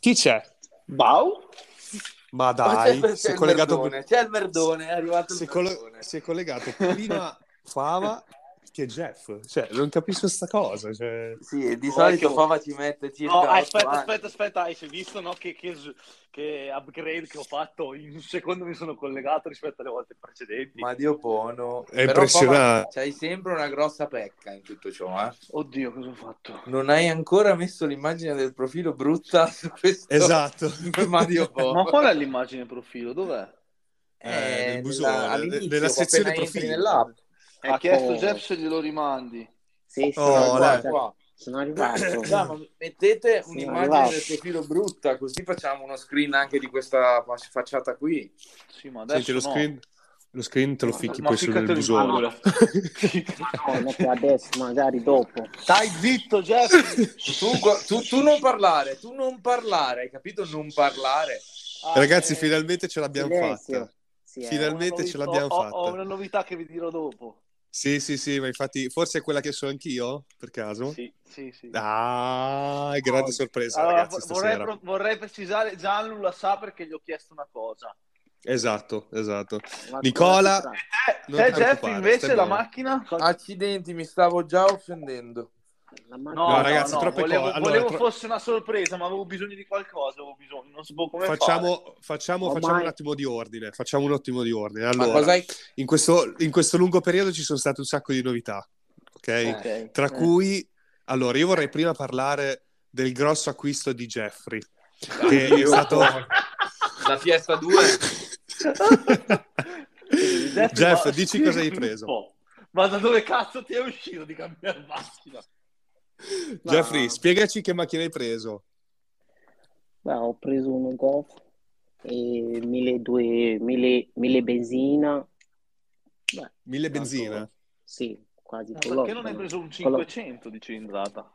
Chi c'è? Bau? Ma dai, c'è, si c'è è il collegato, Verdone, c'è il Verdone, è arrivato il si è coll- Verdone. si è collegato prima Fava che Jeff. Cioè, non capisco sta cosa. Cioè... Sì, di Oh, solito ecco. Fava ci mette circa No, otto aspetta, anni. aspetta, aspetta, hai visto no, che, che, che upgrade che ho fatto? In un secondo mi sono collegato rispetto alle volte precedenti. Ma Dio buono. È impressionante. Fava, C'hai sempre una grossa pecca in tutto ciò, eh? Oddio, cosa ho fatto? Non hai ancora messo l'immagine del profilo brutta su questo. Esatto. Ma Dio buono. Ma qual è l'immagine profilo? Dov'è? Eh, nel nella- busone, all'inizio, nella appena sezione entri profili. nell'app. Ha chiesto Jeff se glielo rimandi. Sì, Oh, sono, dai. arrivato, Qua. sono arrivato. Dai, ma mettete Sì, un'immagine arrivato. del profilo brutta, così facciamo uno screen anche di questa fac- facciata qui. Sì, ma adesso Senti, lo no. screen, lo screen te lo fichi Ma poi sul ficcatelo in busone. culo. No, non è che adesso, magari dopo. Stai zitto, Jeff! Tu, gu- tu- tu non parlare, tu non parlare, hai capito? Non parlare. Ah, Ragazzi, eh, finalmente ce l'abbiamo Silenzio. fatta. Sì, eh. Finalmente- ho una ce novità- l'abbiamo ho- fatta. Ho una novità che vi dirò dopo. Sì, sì, sì, ma infatti forse è quella che so anch'io, per caso. Sì, sì, sì. Ah, grande Oh. sorpresa, Allora, ragazzi, vo- stasera. vorrei, pro- vorrei precisare, Gianlu la sa perché gli ho chiesto una cosa. Esatto, esatto. Ma Nicola- cosa si Eh, Non te, preoccupare, Jeff, stai invece, bene. la macchina? Accidenti, mi stavo già offendendo. sa? La mano- No, ragazzi, troppe volevo, cose. Allora, volevo tro- fosse una sorpresa, ma avevo bisogno di qualcosa, avevo bisogno, non so come fare. Facciamo, facciamo, Ormai- facciamo un attimo di ordine. Facciamo un attimo di ordine. Ma Allora, cosa hai... in, questo, in questo lungo periodo ci sono state un sacco di novità, ok? Eh, Tra eh. cui, allora, io vorrei prima parlare del grosso acquisto di Jeffrey, che è Oddio. stato... La Fiesta 2? Jeff, Jeff, ma- dici cosa hai un preso. po'. Ma da dove cazzo ti è uscito di cambiare macchina? No. Jeffrey, spiegaci che macchina hai preso. Beh, ho preso uno golf e 1200 1000 1000 benzina. Beh, Mille benzina. sì, quasi Ma colloquio. Perché non hai preso un Collo- 500 di cilindrata?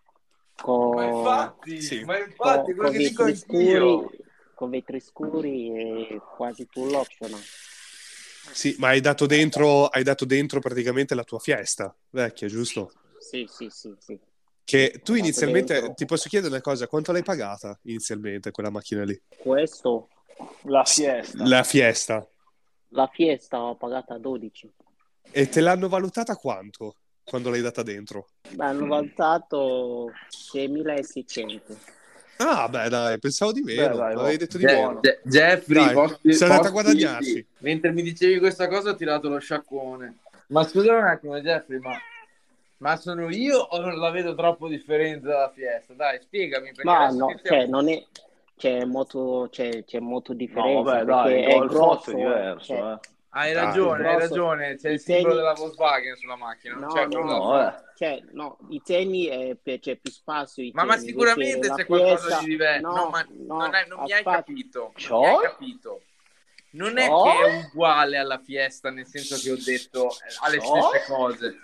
con- Ma infatti, Sì. ma con- infatti, quello con che vetri dico anch'io. scuri, con vetri scuri e quasi full optional. Sì, ma hai dato dentro, hai dato dentro praticamente la tua fiesta vecchia, giusto? Sì, sì, sì, sì. Che tu Ho dato inizialmente, dentro. ti posso chiedere una cosa, quanto l'hai pagata inizialmente quella macchina lì? Questo, La fiesta. La fiesta. la fiesta ho pagata 12. E te l'hanno valutata quanto quando l'hai data dentro? Beh, hanno valutato 6.600. Ah, beh, dai, pensavo di meno. Beh, dai, L'avevi no. detto di Je- buono. Je- Jeffrey, Dai, posti- sei andato a posti- guadagnarci. Mentre mi dicevi questa cosa, ho tirato lo sciacquone. Ma scusa un attimo, Jeffrey, ma, ma sono io o non la vedo troppo differenza dalla fiesta? Dai, spiegami. Perché Ma adesso no, che siamo- cioè, non è... C'è molto, cioè, c'è, c'è molto differenza. No, vabbè, perché dai, è il grosso grosso, è diverso, cioè, eh. Hai Dai. ragione, hai Grosso. ragione. C'è il I simbolo temi- della Volkswagen sulla macchina. non No, c'è no, nulla. No, eh. cioè, no, i temi è- c'è più spazio. i Ma, ma temi, sicuramente invece la c'è qualcosa fiesta- di diverso. No, No, ma no, non, è- non mi hai aspetta. capito. Non mi Cioè? hai capito. Non è Cioè? che è uguale alla fiesta, nel senso che ho detto eh, alle Cioè? stesse cose.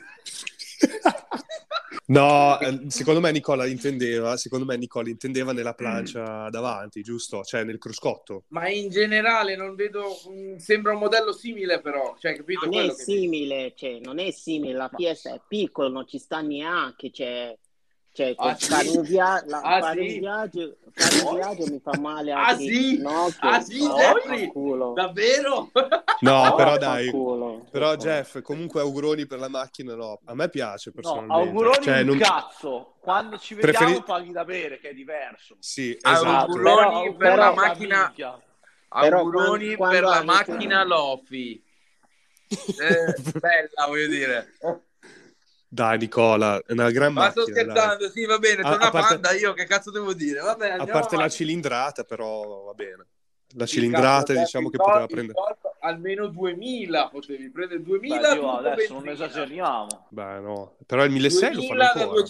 No, eh, secondo me Nicola intendeva, secondo me Nicola intendeva Mm. nella plancia davanti, giusto? Cioè nel cruscotto. Ma in generale non vedo. mh, Sembra un modello simile, però. Cioè, capito? Non quello è che dico. simile, cioè, non è simile, la fiesta è piccola, non ci sta neanche, cioè, cioè Ah, per fare sì? un, via- la- Ah, fare sì? un viaggio, fare un viaggio mi fa male Ah, anche sì? il ginocchio, Ah, sì, no, Jeffrey? vaffanculo. Davvero? Ah, No, No, però dai. vaffanculo. Però Jeff, comunque auguroni per la macchina, no. A me piace No, personalmente. auguroni Cioè, un non- cazzo. Quando ci vediamo Preferi- paghi da bere, che è diverso. Sì, esatto. Ah, auguroni. Auguroni Però- per la però- macchina. minchia. Però Auguroni quando- per la quando avete- macchina Lofi. Eh, bella, voglio dire. Dai Nicola, è una gran Ma sto macchina. dai. scherzando, sì, va bene, A- c'è a una parte- panda, io che cazzo devo dire? Vabbè, A andiamo parte la avanti. cilindrata, però va bene. La Il cilindrata cazzo, diciamo il che col- poteva il prendere. col- almeno 2000 potevi prendere Dai, 2000 Dio, tutto adesso non 2000. esageriamo. Beh, no, però il 1600 lo fanno 2000 da ancora.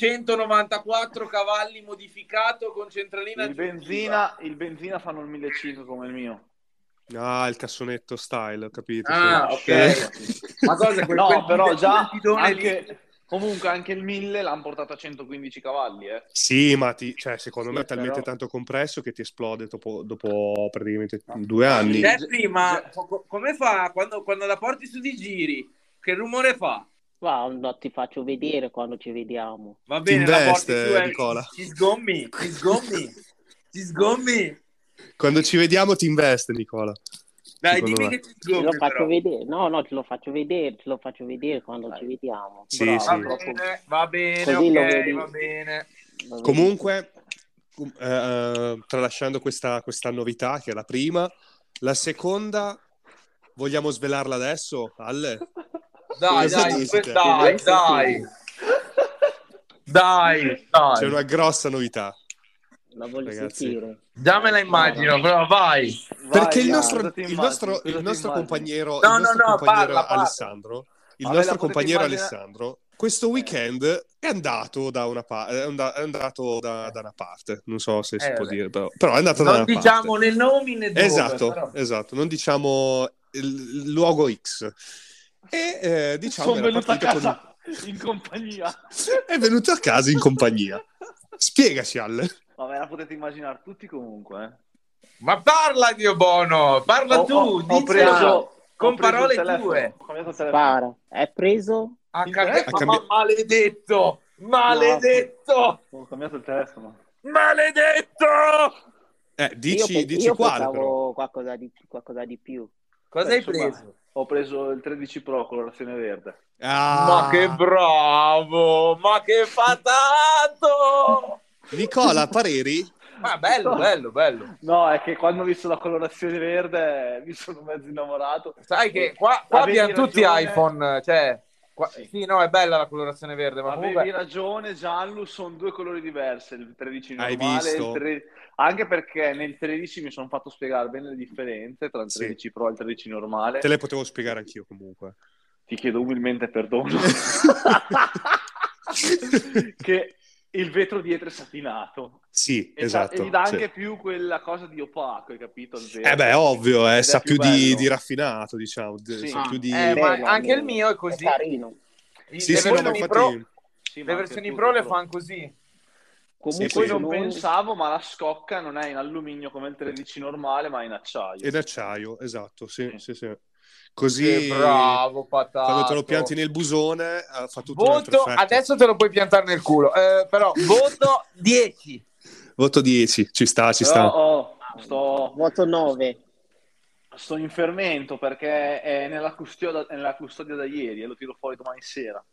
294 cavalli modificato con centralina Il aggiuntiva. benzina, il benzina fanno il 1500 come il mio. Ah, il cassonetto style, ho capito. Ah, sì. Eh. ok. Ma cosa quel- No, quel- però quel già bidone lì? anche, comunque anche il 1000 l'hanno portato a 115 cavalli, eh. Sì, ma ti- cioè, secondo Sì, me è talmente però- tanto compresso che ti esplode dopo, dopo praticamente due anni. Sì. Jeffrey, ma co- come fa quando, quando la porti su di giri? Che rumore fa? Guarda, ti faccio vedere quando ci vediamo. Va Ti bene, la porti eh. investe, su e- Nicola. Ci sgommi, ci sgommi, ci sgommi. Quando ci vediamo ti investe, Nicola. Dai, Secondo dimmi che me. ti Te lo sgombi, faccio però. vedere. No, no, te lo faccio vedere, te lo faccio vedere quando ci vediamo. Sì, Bravo, sì. Va troppo- bene, va bene, Così lo ok, vedi. va bene. va bene. Comunque, com- eh, eh, tralasciando questa, questa novità, che è la prima, la seconda vogliamo svelarla adesso, Ale? Dai, Cosa dai, dite? que- dai, dai, dai, C'è dai. una grossa novità. la voglio Ragazzi. sentire. Già me la immagino, però vai. Perché il Vai, nostro, cosa ti il immagini? nostro, Cosa il ti nostro immagini? compagnero, No, il nostro no, no, compagnero parla, parla. Alessandro, il nostro Vabbè, la potete compagnero immaginare- Alessandro, Eh. questo weekend è andato da una parte, è and- è andato da, da una parte, non so se si Eh, può vabbè. dire, però, però è andato da Non una diciamo parte. né nomi né dove. esatto, però. esatto, non diciamo il, il luogo X. E eh, diciamo che Sono la venuto a partita con- casa in compagnia. è venuto a casa in compagnia. Spiegaci, Alle. Vabbè, la potete immaginare tutti comunque. eh. Ma parla, Dio Bono, parla Ho- tu, ho- ho dicelo. preso- ho con preso il parole telefono, tue. ho cambiato il telefono. Spara. È preso? Ha Il cambiato- telefono? ma- ma- maledetto, maledetto, Ho cambiato il telefono. maledetto. Eh, dici, io pe- dici io quale, pensavo però. Qualcosa, di, qualcosa di più. Cosa Beh, hai Eh, insomma, preso? Ho preso il 13 Pro colorazione verde. Ah. Ma che bravo, ma che patato! Nicola Pareri Ma Ah, bello, bello, bello. No, è che quando ho visto la colorazione verde mi sono mezzo innamorato. Sai che qua, qua Avevi abbiamo tutti ragione. iPhone, cioè... qua- Sì. Sì, no, è bella la colorazione verde, ma Avevi comunque... ragione, Gianlu, sono due colori diversi, il 13 Hai normale, visto? il tre- anche perché nel 13 mi sono fatto spiegare bene le differenze tra il Sì. 13 Pro e il 13 normale. te le potevo spiegare anch'io comunque. Ti chiedo umilmente perdono. che il vetro dietro è satinato. Sì, E, esatto. e gli dà sì. anche più quella cosa di opaco, hai capito? Il vetro. Eh beh, ovvio, eh, Ed è sa più, di, bello. di raffinato, diciamo, di- Sì. sa Ah, più di... Eh, ma Bello, anche il bello. mio è così. È carino. Sì, le sì, no, ma versioni infatti- pro, Sì, ma le anche versioni tutto, pro le però. fanno così. Comunque Sì, Poi sì. non sono- pensavo, ma la scocca non è in alluminio come il 13 normale, ma è in acciaio. Ed acciaio, esatto, sì, Sì. sì, sì. Così Che bravo, patato. quando te lo pianti nel busone eh, fa tutto un altro Voto, effetto. adesso te lo puoi piantare nel culo, eh, però voto 10. Voto 10, ci sta, ci sta. Però, oh, sto, Voto 9. sto in fermento perché è nella custodia, è nella custodia da ieri e lo tiro fuori domani sera.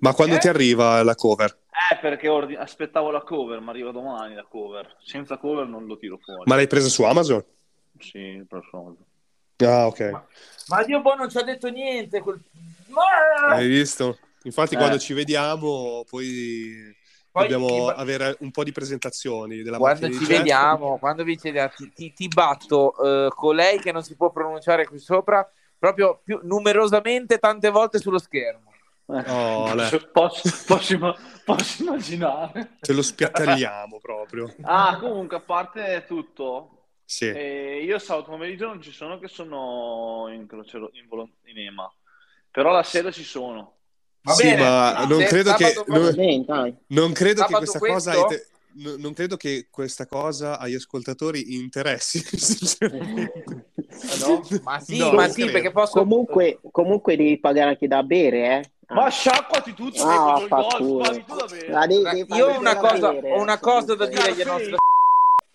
Ma quando Eh? ti arriva la cover? Eh, perché ordi- aspettavo la cover, ma arriva domani la cover. Senza cover non lo tiro fuori. Ma l'hai presa su Amazon? Sì, per favore. Ah, ok. Ma Dio boh, non ci ha detto niente. Quel... Ma- Hai visto? Infatti Eh. quando ci vediamo poi, Poi dobbiamo ti- avere un po' di presentazioni della Quando macchina ci di Jack. vediamo, quando vi chiediamo, ti, ti- ti batto eh, con lei che non si può pronunciare qui sopra, proprio più numerosamente tante volte sullo schermo. Oh, lei. posso, posso imma- posso immaginare. Ce lo spiattagliamo proprio. Ah, comunque, a parte tutto, Sì. Eh, io sabato pomeriggio non ci sono che sono in crociero in, volo- in EMA. Però la sera ci sono. Va Sì, bene. ma non Se credo che- sabato non- Va pomeriggio- bene, dai. Non credo che Sabato questa questo? cosa ai te- no- non credo che questa cosa agli ascoltatori interessi, sinceramente. No? Ma sì, No, ma non sì, credo. perché posso... Comunque, comunque devi pagare anche da bere, eh. Ma sciacquati tu, sei Ah, contro il fa gol, culo. spari tu da bere. La devi- Beh, devi Eh, io pagare ho una da cosa, bere, ho una cosa da dire assolutamente. agli Ah, sì? nostri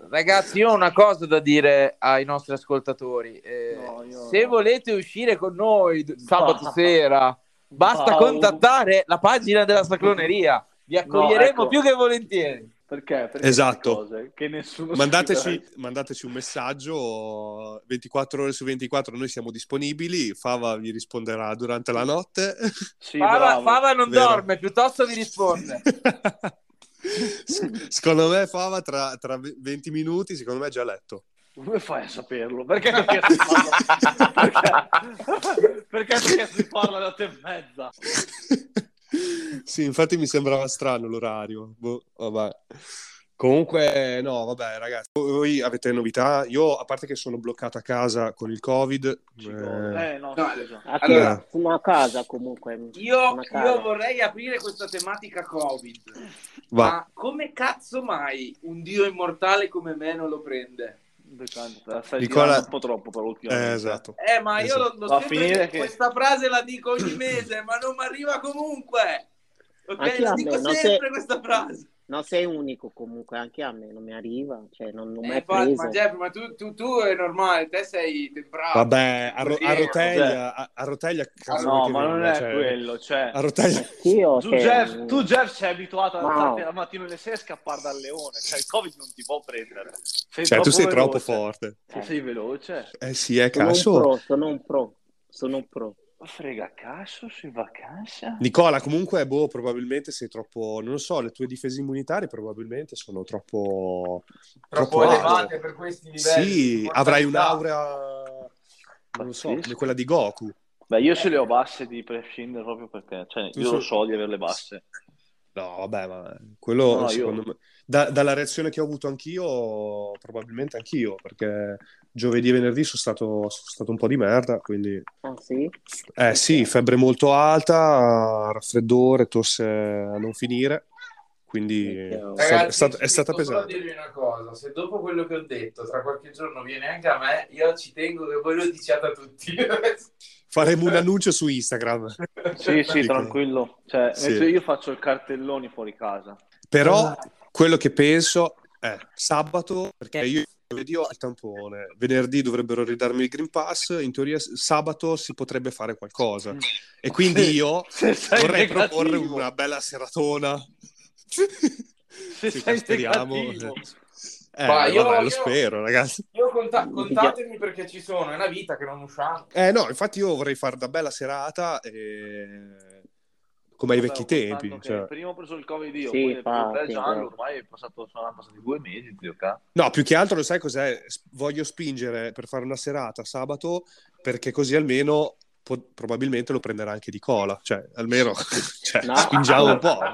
ragazzi. Io ho una cosa da dire ai nostri ascoltatori. eh, No, io se no. volete uscire con noi d- sabato Basta. sera, basta Wow. contattare la pagina della sacloneria. Vi accoglieremo ecco. più che volentieri. Perché? Perché Esatto. queste cose Che nessuno Mandateci, scrive. mandateci un messaggio 24 ore su 24, noi siamo disponibili, Fava vi risponderà durante la notte. Sì, Fava, bravo. Fava non Vero. dorme, piuttosto vi risponde. S- secondo me Fava tra, tra 20 minuti, secondo me è già letto. Come fai a saperlo? Perché ti chiesto di parla? Perché, perché ti chiesto di parla alle otto e mezza? sì, infatti mi sembrava strano l'orario. Boh, vabbè. Comunque, no, vabbè, ragazzi, voi avete novità? Io, a parte che sono bloccato a casa con il Covid, Ci eh, godo. Eh, no, No, scusa. Ah, sì, Allora. sono a casa comunque. Io, Una cara. io vorrei aprire questa tematica Covid. Eh, va. Ma come cazzo mai un dio immortale come me non lo prende? Decanta, stai Nicola- tirando un po' troppo per l'ultima Eh, volta. esatto. Eh, ma io Esatto. lo, lo Va a sempre- finire che- questa frase la dico ogni mese, ma non mi arriva comunque. Anche Ok, a la me, dico non sempre questa frase. No, sei unico comunque, anche a me non mi arriva, cioè non, non mi Eh, è infatti, preso. ma Jeff, ma tu, tu- tu è normale, te sei temprato. Vabbè, a, ro- a Sì, Roteglia, a, a Roteglia, cazzo eh, Ah, no, che ma non venga, è cioè, quello. Cioè, A Roteglia, Sì, io tu, che- Jeff, tu, Jeff, sei abituato ad No. alzarti la mattina alle 6 e scappare dal leone. Cioè, il Covid non ti può prendere. Sei cioè, tu sei troppo veloce. forte. Tu sei veloce. Eh sì, è sono un cazzo. pro, sono un pro, sono un pro. Ma frega cazzo, sei in vacanza? Nicola, comunque, boh, probabilmente sei troppo, non lo so, le tue difese immunitarie probabilmente sono troppo... troppo alte. elevate per questi livelli. Sì, di avrai mortalità. un'aura, non lo so, Pazzesco. come quella di Goku. Beh, io se le ho basse di prescindere proprio perché, cioè, Tu io sei- lo so di averle basse. No, vabbè, ma quello No, no, secondo me... da- dalla reazione che ho avuto anch'io, probabilmente anch'io, perché giovedì e venerdì sono stato, sono stato un po' di merda, quindi... Ah, sì? Eh sì, febbre molto alta, raffreddore, tosse a non finire, quindi è, Minchia. sta- è Ragazzi, stata, è vi stata posso solo pesante. dirvi una cosa, se dopo quello che ho detto tra qualche giorno viene anche a me, io ci tengo che voi lo diciate a tutti. Faremo Eh. un annuncio su Instagram. Sì, sì, Dico- tranquillo. Cioè, Sì. mentre io faccio il cartellone fuori casa. Però Esatto. quello che penso è sabato, perché Eh. io giovedì ho il tampone, venerdì dovrebbero ridarmi il Green Pass, in teoria s- sabato si potrebbe fare qualcosa. E quindi io Se Mm. sei vorrei negativo, proporre una bella seratona. Se Sì, cioè, sei speriamo. negativo. Eh, Ma io- vabbè, lo io- spero, ragazzi. Io conta- contatemi perché ci sono, è una vita che non usciamo. Eh no, infatti io vorrei fare da bella serata e... come ai vecchi Stavo tempi. contando che cioè. Prima ho preso il covid io, Sì, poi ho infatti, Gianlu, eh. ormai è passato, sono passati due mesi, zio ca. No, più che altro lo sai cos'è? S- Voglio spingere per fare una serata sabato perché così almeno po- probabilmente lo prenderà anche di cola. Cioè, almeno cioè, No. spingiamo un po'. Ah,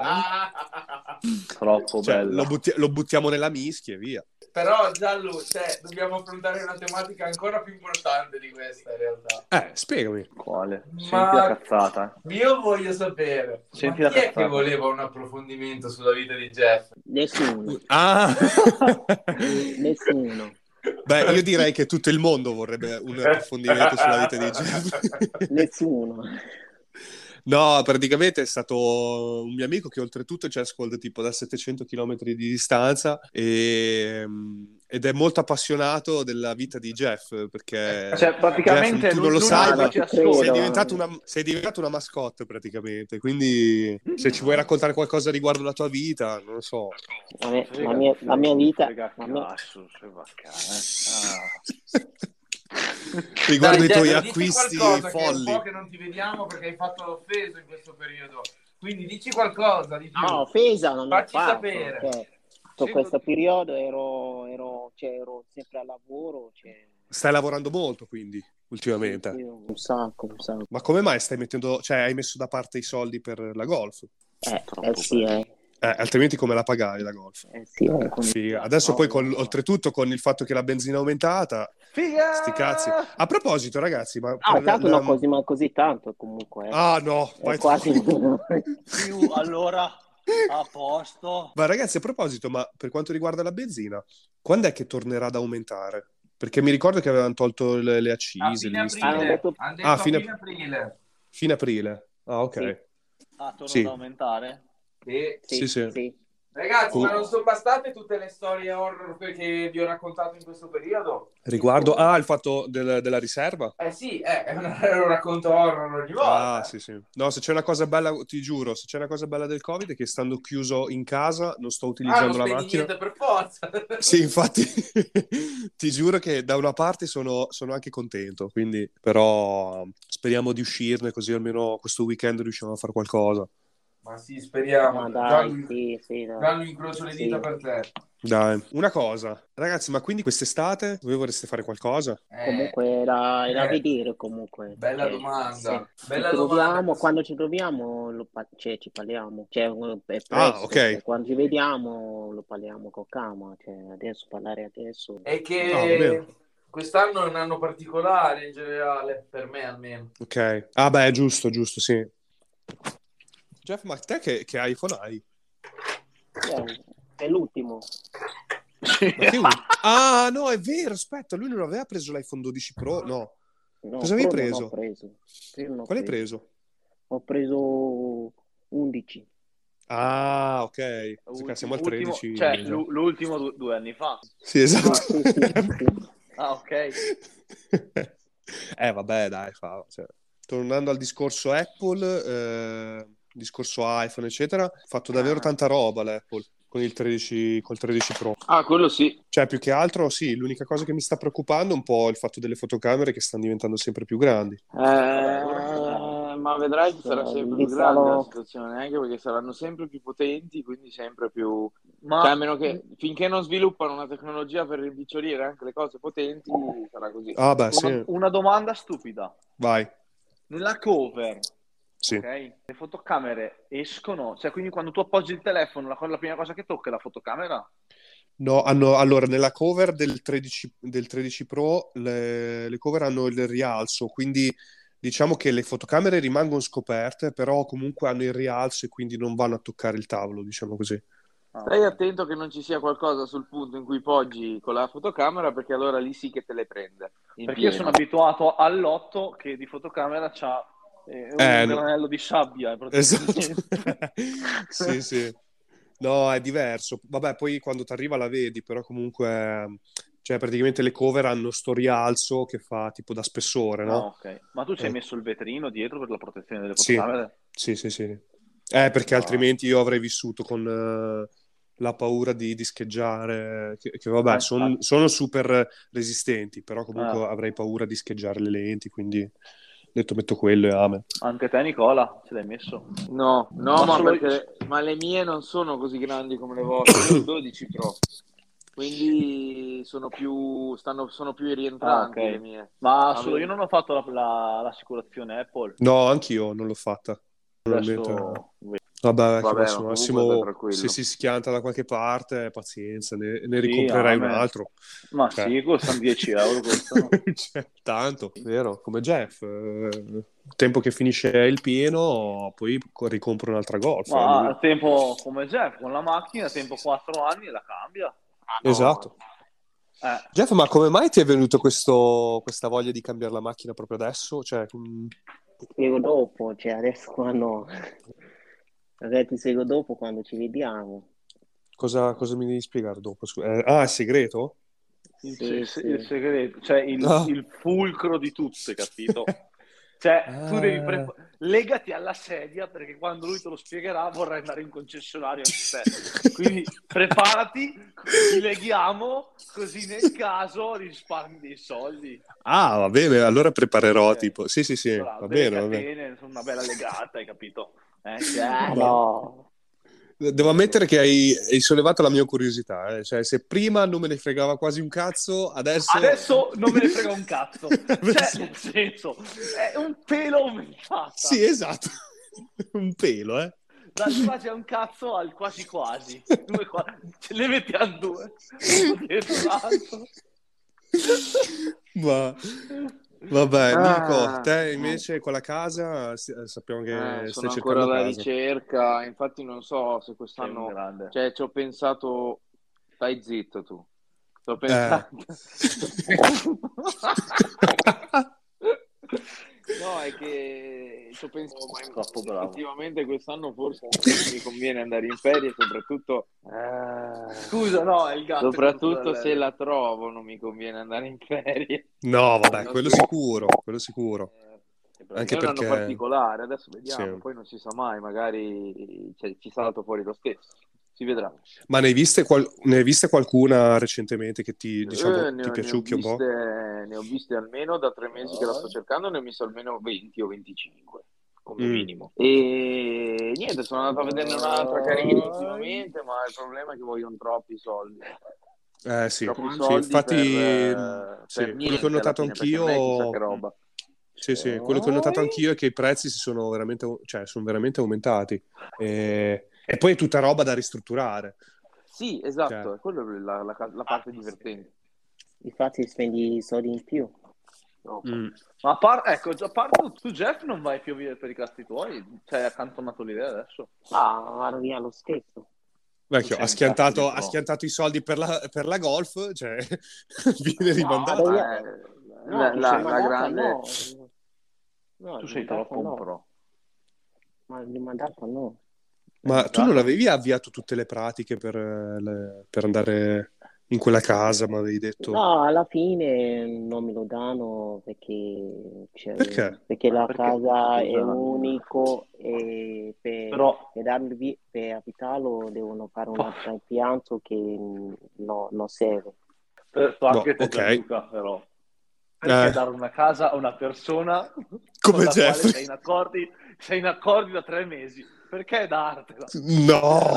no? eh? Troppo Cioè, oh, bello. lo, butti- lo buttiamo nella mischia e via. Però Gianlu, cioè, dobbiamo affrontare una tematica ancora più importante di questa in realtà. Eh, spiegami. Quale? Ma- Senti la cazzata. eh. Io voglio sapere, Senti ma la chi è cazzata. che voleva un approfondimento sulla vita di Jeff? Nessuno, Ah! nessuno, Beh, io direi che tutto il mondo vorrebbe un approfondimento sulla vita di Jeff. nessuno. No, praticamente è stato un mio amico che oltretutto ci ascolta tipo da 700 km di distanza e, ed è molto appassionato della vita di Jeff Eh, perché Cioè, praticamente cioè, Jeff, tu non lo l'unico sai, che ma- ci sei ascolta. credo. diventato una, sei diventato una mascotte praticamente, quindi Mm. se ci vuoi raccontare qualcosa riguardo la tua vita, non lo so. La mia, la mia- la mia vita, la mia- eh. Ah. Riguardo Ah. Dai, i tuoi Jeff, dici acquisti qualcosa, che è un folli. po' che non ti vediamo perché hai fatto l'offeso in questo periodo. Quindi dici qualcosa di più. no, offesa non ho Facci fatto. sapere. cioè, tutto Sì, questo non- periodo ero, ero, cioè, ero sempre al lavoro. Cioè, Stai lavorando molto quindi ultimamente. sì, un sacco, un sacco. Ma come mai stai mettendo, cioè hai messo da parte i soldi per la golf? Eh, Troppo eh sì, eh, Eh, altrimenti come la pagavi la golf? eh sì, eh, con- Figa. Adesso poi con- oltretutto con il fatto che la benzina è aumentata, Figa! sti cazzi. A proposito, ragazzi, ma Ah, per tanto la- non così, ma così tanto comunque. eh. Ah, no, È vai- quasi... Più, allora, a posto. Ma ragazzi, a proposito, ma per quanto riguarda la benzina, quando è che tornerà ad aumentare? Perché mi ricordo che avevano tolto le, le A accise, fine le liste- Ah, non aprile. detto- Hanno detto Ah, a fine- fine aprile. fine aprile. Ah, ok. Sì. Ah, torno Sì. ad aumentare? Sì. Sì, sì. Ragazzi, Oh. ma non sono bastate tutte le storie horror che vi ho raccontato in questo periodo? Riguardo ah, il fatto del- della riserva? Eh sì, eh, è un, è un racconto horror ogni volta. Ah, sì, sì. No, se c'è una cosa bella, ti giuro, se c'è una cosa bella del Covid è che stando chiuso in casa non sto Ah, non utilizzando la spendi macchina. niente per forza. Sì, infatti, ti giuro che da una parte sono, sono anche contento, quindi però speriamo di uscirne così almeno questo weekend riusciamo a fare qualcosa. Ma sì, speriamo. Ma Gianlu, dai, sì, sì, dai. Gianlu, incrocio le dita Sì. per te. Dai. Una cosa, ragazzi, ma quindi quest'estate voi vorreste fare qualcosa? Eh, Comunque era, era eh. vedere comunque. Bella Cioè, domanda. se Bella ci troviamo, domanda. quando ci troviamo lo pa- cioè, ci parliamo. Cioè, è presto, Ah, ok. cioè, quando ci vediamo lo parliamo con calma. Cioè, adesso parlare adesso. È No, va che bene. quest'anno è un anno particolare in generale, per me almeno. Ok. Ah, beh, giusto, giusto, sì. Jeff, ma te che, che iPhone hai? Cioè, è l'ultimo. Ma che- ah, no, è vero, aspetta, lui non aveva preso l'iPhone 12 Pro, no. No, Cosa avevi quello non preso? ho preso. Quello non ho Qual hai preso. preso? Ho preso 11. Ah, ok. Ultimo- siamo al ultimo- 13. cioè, l'u- l'ultimo du- due anni fa. Sì, esatto. sì, sì, sì. Ah, ok. eh, vabbè, dai, fa. cioè. Tornando al discorso Apple, eh, discorso iPhone, eccetera, ha fatto davvero tanta roba l'Apple con il 13, col 13 Pro. Ah, quello sì. Cioè, più che altro, sì, l'unica cosa che mi sta preoccupando è un po' il fatto delle fotocamere che stanno diventando sempre più grandi. Eh, ma vedrai che sarà sempre più Sarà- grande la situazione, anche perché saranno sempre più potenti, quindi sempre più... Ma Cioè, a meno che mm. finché non sviluppano una tecnologia per rimpicciolire anche le cose potenti, sarà così. Ah, beh, Cioè, una, sì, una domanda stupida. vai. Nella cover, Sì. ok? Le fotocamere escono, cioè quindi quando tu appoggi il telefono, la, co- la prima cosa che tocca è la fotocamera? No, hanno, allora, nella cover del 13, del 13 Pro le, le cover hanno il rialzo, quindi diciamo che le fotocamere rimangono scoperte, però comunque hanno il rialzo e quindi non vanno a toccare il tavolo, diciamo così. Ah, Stai ok. attento che non ci sia qualcosa sul punto in cui poggi con la fotocamera, perché allora lì sì che te le prende. in Perché io pieno. sono abituato all'otto che di fotocamera c'ha eh, un Eh, no. granello di sabbia. eh, Esatto. praticamente. Sì, sì. No, è diverso. Vabbè, poi quando ti arriva la vedi, però comunque, cioè praticamente le cover hanno sto rialzo che fa tipo da spessore, Ah, no? ok. Ma tu ci hai Eh. messo il vetrino dietro per la protezione delle Sì. fotocamere? Sì, sì, sì. Eh, perché Ah. altrimenti io avrei vissuto con eh, la paura di, di scheggiare, che, che vabbè, Eh, son- infatti. sono super resistenti, però comunque Ah. avrei paura di scheggiare le lenti, quindi ho detto metto quello e amen. Anche te, Nicola, ce l'hai messo? No, no, Ma ma, solo- perché, ma le mie non sono così grandi come le vostre, sono 12 Pro. Quindi sono più, stanno, sono più rientranti Ah, ok. le mie. Ma Ah, solo bene. io non ho fatto la- la- l'assicurazione Apple. No, anch'io non l'ho fatta. Probabilmente- Adesso... Vabbè, che Vabbè, adesso ma comunque Massimo, sta tranquillo. se si schianta da qualche parte, pazienza, ne, ne Sì, ricomprerai un amen. altro. Ma Cioè. Ah, sì, costano 10 euro. costano. Cioè, tanto, vero, come Jeff. eh, tempo che finisce il pieno, poi co- ricompro un'altra golf. Ma eh, a tempo come Jeff, con la macchina, a tempo 4 anni la cambia. lui. Esatto. Eh, Jeff, ma come mai ti è venuto questo, questa voglia di cambiare la macchina proprio adesso? Cioè, mm, Ti spiego dopo, cioè adesso quando... Ragazzi, ti spiego dopo quando ci vediamo. cosa, cosa mi devi spiegare dopo? scusa? Eh, ah, è segreto? il, se- Sì, sì. il segreto, cioè il, Ah. il fulcro di tutto, capito? Cioè, tu Ah. devi pre- legati alla sedia perché quando lui te lo spiegherà vorrai andare in concessionario anche te. Quindi preparati, ci leghiamo, così nel caso risparmi dei soldi. Ah, va bene, allora preparerò, Ok. tipo... Sì, sì, sì, Bravo, va delle bene, va bene. catene, insomma, una bella legata, hai capito? Eh, Ah, chiaro. no. Devo ammettere che hai, hai sollevato la mia curiosità, eh. Cioè, se prima non me ne fregava quasi un cazzo, adesso... Adesso non me ne frega un cazzo. Cioè, Adesso- nel senso, è un pelo aumentata. Sì, esatto. un pelo, eh. Dal quasi a un cazzo al quasi quasi. Due qua- Ce le mettiamo due. Uno dietro l'altro. Ma... Vabbè, Ah. Nico, te invece con la casa s- eh, sappiamo che Eh, stai sono ancora cercando alla casa. ricerca, infatti non so se Sei un quest'anno... grande. Cioè, ci ho pensato... Stai zitto tu. Ci ho pensato... Eh. Eh. No, è che ci ho pensato Troppo bravo. effettivamente quest'anno forse mi conviene andare in ferie, soprattutto Eh. Scusa, no, è il gatto. soprattutto se la trovo non mi conviene andare in ferie. No, vabbè, No, quello sì. sicuro, quello sicuro. Anche è Eh, un anno perché- particolare, adesso vediamo, Sì. poi non si sa mai, magari cioè, ci salto fuori lo stesso. Si vedrà. Ma ne hai viste, qual- ne hai viste qualcuna recentemente che ti, diciamo, Eh, ne, ti ho- piaciucchia ne ho un po'? viste- ne ho viste almeno da tre mesi che la sto cercando, ne ho messo almeno 20 o 25 come Mm. minimo. E niente, sono andato a vederne un'altra carina ultimamente, ma il problema è che vogliono troppi soldi. Eh sì, Troppi Sì, soldi infatti, mm, per, eh, sì, per quello che niente, ho notato alla fine, perché non è chissà che anch'io... roba. Eh, oh, Sì, sì, quello che ho notato anch'io è che i prezzi si sono veramente, cioè, sono veramente aumentati. E, e poi è tutta roba da ristrutturare. Sì, esatto, Cioè. è quella è la, la- la parte divertente. Infatti spendi i soldi in più. Mm. Ma a par- ecco, a parte tu, Jeff, non vai più a vivere per i cazzi tuoi. Cioè, hai accantonato l'idea adesso. Ah, vado via lo stesso. Vecchio, Sei ha un schiantato, cazzo di ha pro. schiantato i soldi per la, per la golf, cioè, viene Ah, rimandato. vado Ma, via. eh, No, la, mi la- sono la mandata, grande... no. No, Tu sei rimandata troppo un no. pro. Ma rimandata no. Ma tu Esatto. non avevi avviato tutte le pratiche per, eh, le- per andare in quella casa, ma avevi detto... No, alla fine non me lo danno perché, cioè, Perché? perché la Perché? casa è Scusa. unico e per, Però per darvi- per abitarlo devono fare un altro impianto che mh, no- non serve. eh, so No, anche te ok. Gianluca, però. Perché Eh. dare una casa a una persona Come con la quale Jeffrey. sei in accordi, sei in accordi da tre mesi? Perché dartela? No,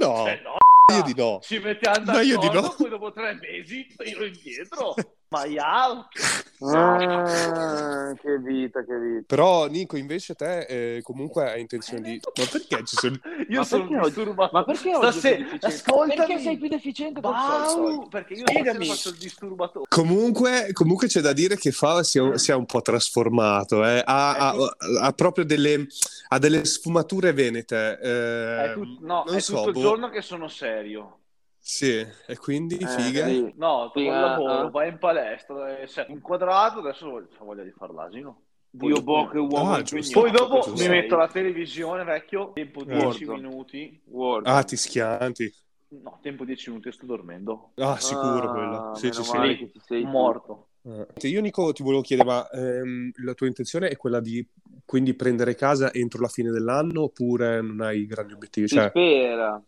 no, Cioè, no, io di no. ci mettiamo No, io di d'accordo, no. poi dopo tre mesi io indietro. Ma Ial, Ah, che vita, che vita. Però Nico, invece te eh, comunque hai intenzione di... Ma perché ci sono... io Ma sono perché oggi- disturbato. Ma perché oggi sei più Stasera, deficiente? ascoltami. Perché sei più deficiente del Bau, solito? Perché io Spiegami. stasera faccio il disturbatore. Comunque, comunque c'è da dire che Fava si è, si è un po' trasformato, eh. ha, ha- ha proprio delle, ha delle sfumature venete. eh, È tut- no, non è so, tutto il boh. giorno che sono serio. Sì, e quindi Eh, figa. sì. No, dopo Sì, il eh, ah, lavoro, ah. vai in palestra, eh, sei inquadrato, adesso voglio, ho voglia di far l'asino. Dio boh, che uomo Ah, impegnato. giusto. Poi dopo Giusto. mi metto la televisione vecchio, tempo 10 Gordo. minuti. Word. Ah, ti schianti. No, tempo 10 minuti, sto dormendo. Ah, sicuro Ah, quello. Sì, meno sì, sì. male che ci sei tu. Morto. Eh. Io Nico ti volevo chiedere, ma ehm, la tua intenzione è quella di quindi prendere casa entro la fine dell'anno oppure non hai grandi obiettivi? Si Cioè, spera,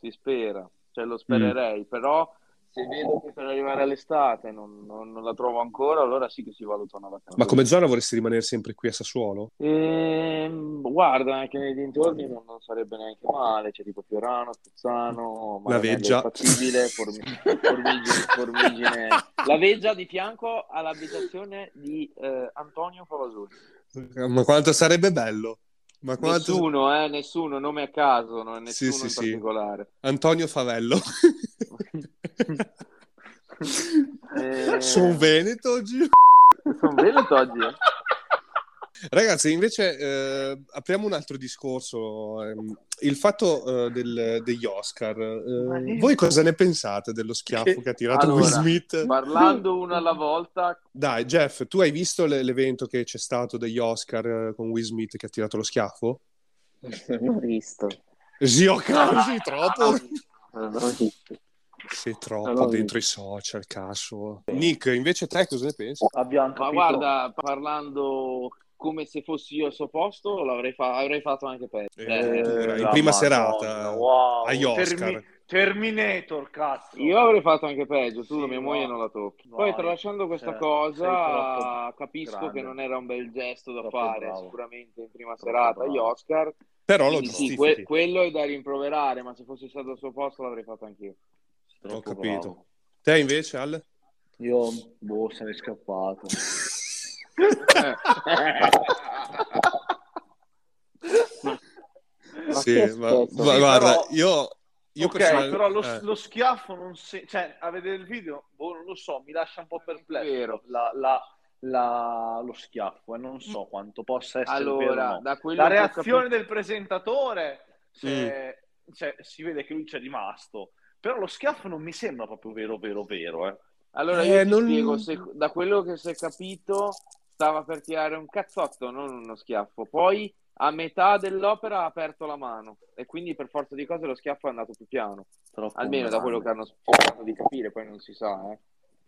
si spera, cioè lo spererei, Mm. però se vedo che per arrivare all'estate non, non- non la trovo ancora, allora sì che si valuta una vacanza. ma come zona vorresti rimanere sempre qui a Sassuolo? Ehm, guarda, anche nei dintorni non, non sarebbe neanche male, c'è tipo Fiorano, Spezzano, La Veggia. Facibile, Formigine, Formigine. La veggia di fianco all'abitazione di eh, Antonio Favasoli. Ma quanto sarebbe bello. Ma quanto... Nessuno, eh, nessuno, nome a caso, non è Sì, nessuno sì, in sì. particolare. Antonio Favello. Eh, Sono Veneto oggi. Sono veneto oggi. eh? Ragazzi, invece eh, apriamo un altro discorso. ehm, Il fatto eh, del- degli Oscar. eh, Ma io- voi cosa ne pensate dello schiaffo che ha tirato Allora, Will Smith? Parlando uno alla volta, Dai, Jeff, tu hai visto le- l'evento che c'è stato degli Oscar eh, con Will Smith che ha tirato lo schiaffo? Non ho visto. Sì, ho capito, sei troppo. Non ho visto. Sei Allora- troppo dentro i social, cazzo. Nick, invece te cosa ne pensi? Abbiamo ma capito. guarda, parlando come se fossi io al suo posto, l'avrei fa- avrei fatto anche peggio. Eh, Eh, addirittura, in la prima Madonna, serata wow. agli Oscar. Terminator, cazzo. Io avrei fatto anche peggio, tu Sì, mia no. moglie non la tocchi. No, Poi tralasciando questa cioè, sei cosa, troppo capisco grande. che non era un bel gesto da Troppo fare bravo. sicuramente in prima Troppo serata agli bravo. Oscar. Però lo Quindi sì, giustifichi. que- quello è da rimproverare, ma se fossi stato al suo posto l'avrei fatto anch'io. Troppo Ho capito. bravo. Te invece, Al? Io, boh, se ne è scappato. Eh. Ma sì, chi è ma, stato? ma Sì, guarda, però- io... io ok, personal- però lo, eh. lo schiaffo non se... Cioè, a vedere il video, boh, non lo so, mi lascia un po' perplesso. Vero. La- la- la- lo schiaffo, e non so quanto possa essere vero o allora, no. da quello La che ho reazione del presentatore, se- cioè, si vede che lui c'è rimasto. Però lo schiaffo non mi sembra proprio vero, vero, vero. eh. Allora, Eh, io ti non- spiego, se- da quello che si è capito, stava per tirare un cazzotto, non uno schiaffo. Poi a metà dell'opera ha aperto la mano e quindi per forza di cose lo schiaffo è andato più piano, Troppo almeno da grande. quello che hanno cercato di capire, poi non si sa. eh.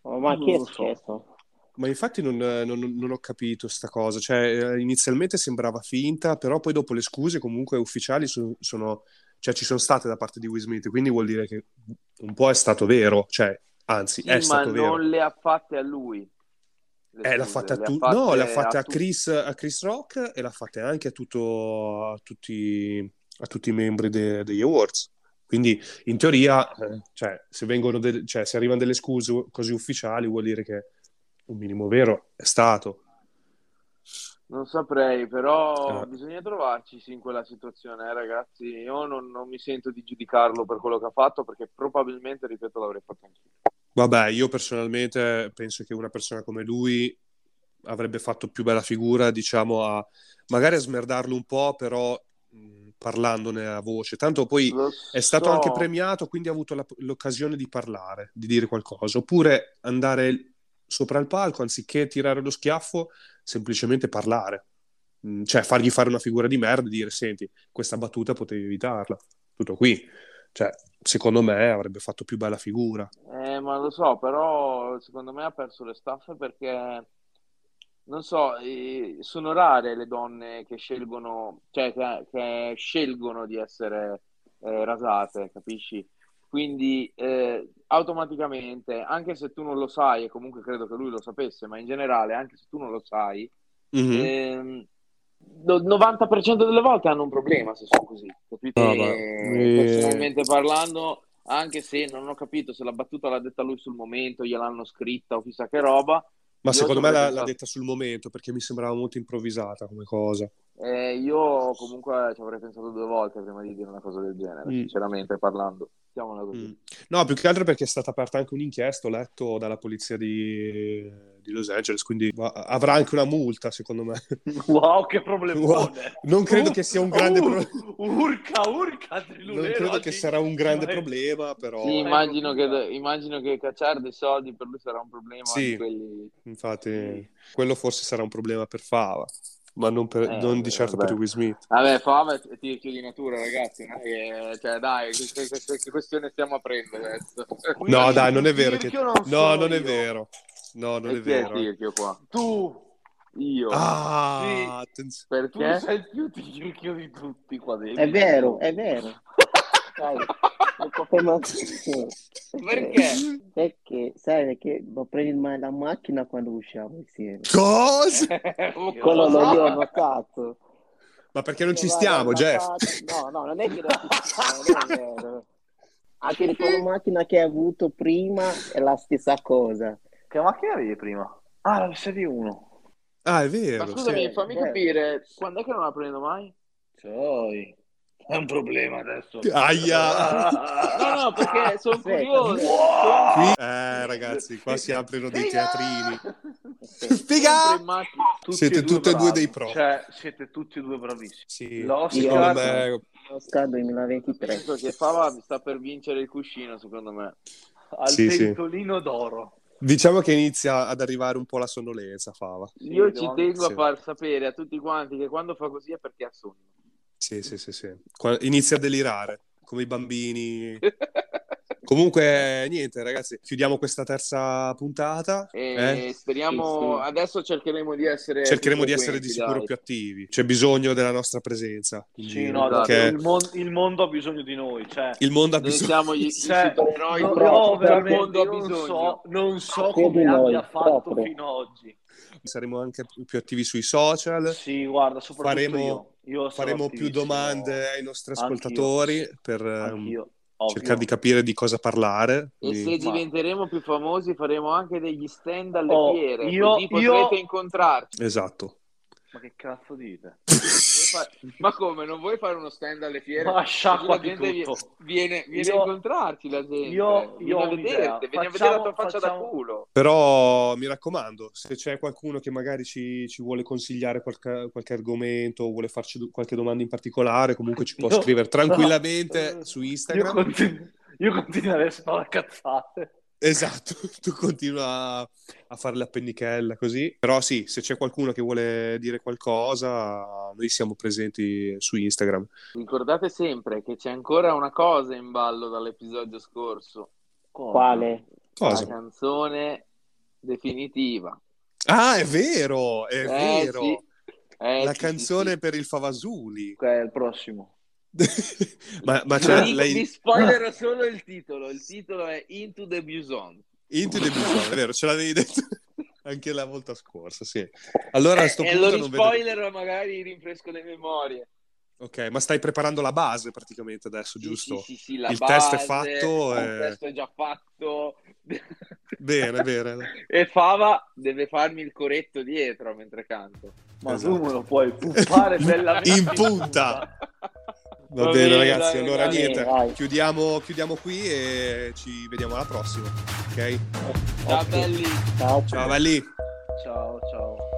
Oh, ma chi è Non lo so. successo? Ma infatti non, non- non ho capito sta cosa, cioè eh, inizialmente sembrava finta, però poi dopo le scuse comunque ufficiali so- sono, cioè ci sono state da parte di Will Smith, quindi vuol dire che un po' è stato vero, cioè anzi Sì, è ma stato non vero. le ha fatte a lui. le Eh, l'ha scuse, fatta a le ha tu- fatte no, l'ha fatta a, tutti. Chris, a Chris Rock e l'ha fatta anche a, tutto, a, tutti, a tutti i membri de- degli awards. Quindi in teoria, eh, cioè, se, vengono del- cioè, se arrivano delle scuse così ufficiali, vuol dire che un minimo vero è stato. Non saprei, però Eh. bisogna trovarci sì, in quella situazione, eh, ragazzi. Io non, non mi sento di giudicarlo per quello che ha fatto, perché probabilmente, ripeto, l'avrei fatto anch'io. Vabbè, io personalmente penso che una persona come lui avrebbe fatto più bella figura, diciamo, a magari a smerdarlo un po', però mh, parlandone a voce. Tanto poi Lo è stato so. anche premiato, quindi ha avuto la- l'occasione di parlare, di dire qualcosa, oppure andare sopra il palco anziché tirare lo schiaffo, semplicemente parlare. mh, cioè fargli fare una figura di merda e dire senti, questa battuta potevi evitarla, tutto qui. Cioè, secondo me avrebbe fatto più bella figura. Eh, ma lo so, però secondo me ha perso le staffe perché non so, eh, sono rare le donne che scelgono, cioè che, che scelgono di essere eh, rasate, capisci? Quindi eh, automaticamente, anche se tu non lo sai, e comunque credo che lui lo sapesse, ma in generale, anche se tu non lo sai, Mhm. ehm, il 90% delle volte hanno un problema se sono così, capito? No, E ma- eh. Personalmente parlando, anche se non ho capito se la battuta l'ha detta lui sul momento, gliel'hanno scritta o chissà che roba, Ma Io secondo sono me l'ha, pensato- l'ha detta sul momento perché mi sembrava molto improvvisata come cosa. eh, io comunque ci avrei pensato due volte prima di dire una cosa del genere, Mm. sinceramente parlando. Mettiamola così. Mm. No, più che altro perché è stata aperta anche un'inchiesta, ho letto dalla polizia di, di Los Angeles, quindi va- avrà anche una multa, secondo me. Wow, che problemone. Wow, non credo Uh, che sia un grande uh, problema. Urca, urca, Trilunero, Non credo che oggi. sarà un grande Ma- problema, però Sì, immagino che, Ecco, immagino che cacciare dei soldi per lui sarà un problema. Sì. di quelli- infatti quello forse sarà un problema per Fava, ma non, per- Eh, non di certo vabbè. per Will Smith. Vabbè, Fava è t- tiro di natura, ragazzi. non è che- cioè, dai, che, che- che- che questione stiamo aprendo adesso? Quindi no, dai, non è il vero che- tirchio non No, sono non è io. vero. No, non E è chi è il vero. eh. tirchio qua? Tu, Io. Ah, Sì. attenzione. tu Perché? sei il più tirchio di tutti qua dentro. È vero, è vero. Sai, lo confermazione. Perché? Perché, sai, perché lo prendi mai la macchina quando usciamo insieme. Cosa? Eh. Quello Cosa? l'ho io notato. Ma perché non ci Vai, stiamo, vai, Jeff? vai, No, no, non è che non ci stiamo, non è vero. Anche di quella macchina che hai avuto prima è la stessa cosa. Che macchina avevi prima? Ah, la serie 1. Ah, è Ma vero. scusami, sì. fammi Eh. capire, quando è che non la prendo mai? Cioè, è un problema adesso. Ah. sì. Aia. Ah, No, no, perché sono Aspetta. curioso. Qui- Eh, ragazzi, qua si aprono dei ah! teatrini. Sempre in Figa! macchina. Tutti Siete tutti e due bravi. dei pro. Cioè, siete tutti e due bravissimi. Sì, L'Oscar- secondo me... Oscar 2023. Penso che Fava mi sta per vincere il cuscino, secondo me. Al Sì, sì. pentolino d'oro. Diciamo che inizia ad arrivare un po' la sonnolenza, Fava. Io devo ci anche- tengo sì. a far sapere a tutti quanti che quando fa così è perché ha sonno. Sì, sì, sì, sì. Qua- Inizia a delirare, come i bambini. Comunque, niente, ragazzi, chiudiamo questa terza puntata. E eh? speriamo, Sì, sì. adesso cercheremo di Eh, essere... Cercheremo più di essere di sicuro frequenti, più attivi. C'è bisogno della nostra presenza. in Sì, giro, no, dai, perché il, mon- il mondo ha bisogno di noi. Cioè, il mondo ha dai. Noi bisogno. siamo gli, gli Cioè, supereroi no, proprio, no, il veramente, mondo ha io non bisogno. so, non so Più di come noi, abbia fatto proprio. fino ad oggi. Saremo anche più attivi sui social. Sì, guarda, soprattutto Faremo- io. Io sarò faremo più attivissimo. domande ai nostri Anch'io. ascoltatori per ehm, Anch'io, ovvio. cercare di capire di cosa parlare. E Di- se Ma- diventeremo più famosi faremo anche degli stand alle Oh, fiere, io- così potrete io- incontrarci. Esatto. Ma che cazzo dite? Vuoi fa- Ma come, non vuoi fare uno stand alle fiere? Ma Così la sciacquati gente vi- tutto. viene, viene Io- a incontrarci la gente, io- viene io a ho un'idea. vederti, viene a vedere la Facciamo- tua faccia da facciamo- culo. Però mi raccomando, se c'è qualcuno che magari ci, ci vuole consigliare qualche, qualche argomento o vuole farci do- qualche domanda in particolare, comunque ci può Io- scrivere tranquillamente no. su Io, Instagram. continu- io continuerei a sparare cazzate. Esatto, tu continua a, a fare la pennichella così. Però sì, se c'è qualcuno che vuole dire qualcosa, noi siamo presenti su Instagram. Ricordate sempre che c'è ancora una cosa in ballo dall'episodio scorso, Quale? la Cosa? canzone definitiva. Ah, è vero, è Eh, vero. sì. Eh, La sì, sì, canzone sì. per il Favasuli. È il prossimo. ma ma Vi c'è dico- lei Vi spoilerò solo il titolo, il titolo è Into the Bison. Into the Bison, è vero, ce l'avevi detto anche la volta scorsa, sì. Allora a sto e punto Eh, lo non vedo... spoiler magari rinfresco le memorie. Ok, ma stai preparando la base praticamente adesso, Sì, giusto? sì, sì, sì, la Il test è base, fatto Il e- testo è già fatto. Bene, bene. e Fava deve farmi il coretto dietro mentre canto. Ma Esatto. tu me lo puoi puppare bellamente. In punta. Va, Va bene, bene, ragazzi, dai, allora dai, niente, dai. Chiudiamo, chiudiamo qui e ci vediamo alla prossima, ok? Ciao belli. Ciao. Ciao, belli! Ciao, ciao.